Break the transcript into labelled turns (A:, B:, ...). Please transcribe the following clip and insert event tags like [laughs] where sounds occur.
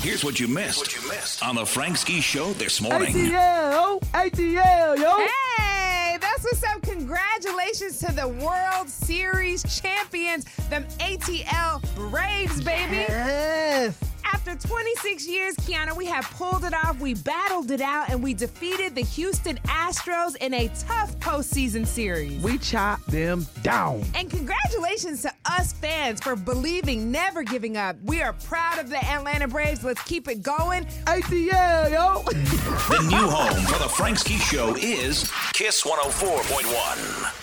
A: Here's what you missed. on the Frank Ski Show this morning.
B: ATL, ATL, yo.
C: [laughs] Hey, that's what's up. Congratulations to the World Series champions, them ATL Braves, baby.
B: Yes.
C: After 26 years, Kiana, we have pulled it off. We battled it out and we defeated the Houston Astros in a tough postseason series.
B: We chop them down.
C: And congratulations to us fans for believing, never giving up. We are proud of the Atlanta Braves. Let's keep it going.
B: ATL, yo.
A: oh The new home for the Frank Ski Show is Kiss 104.1.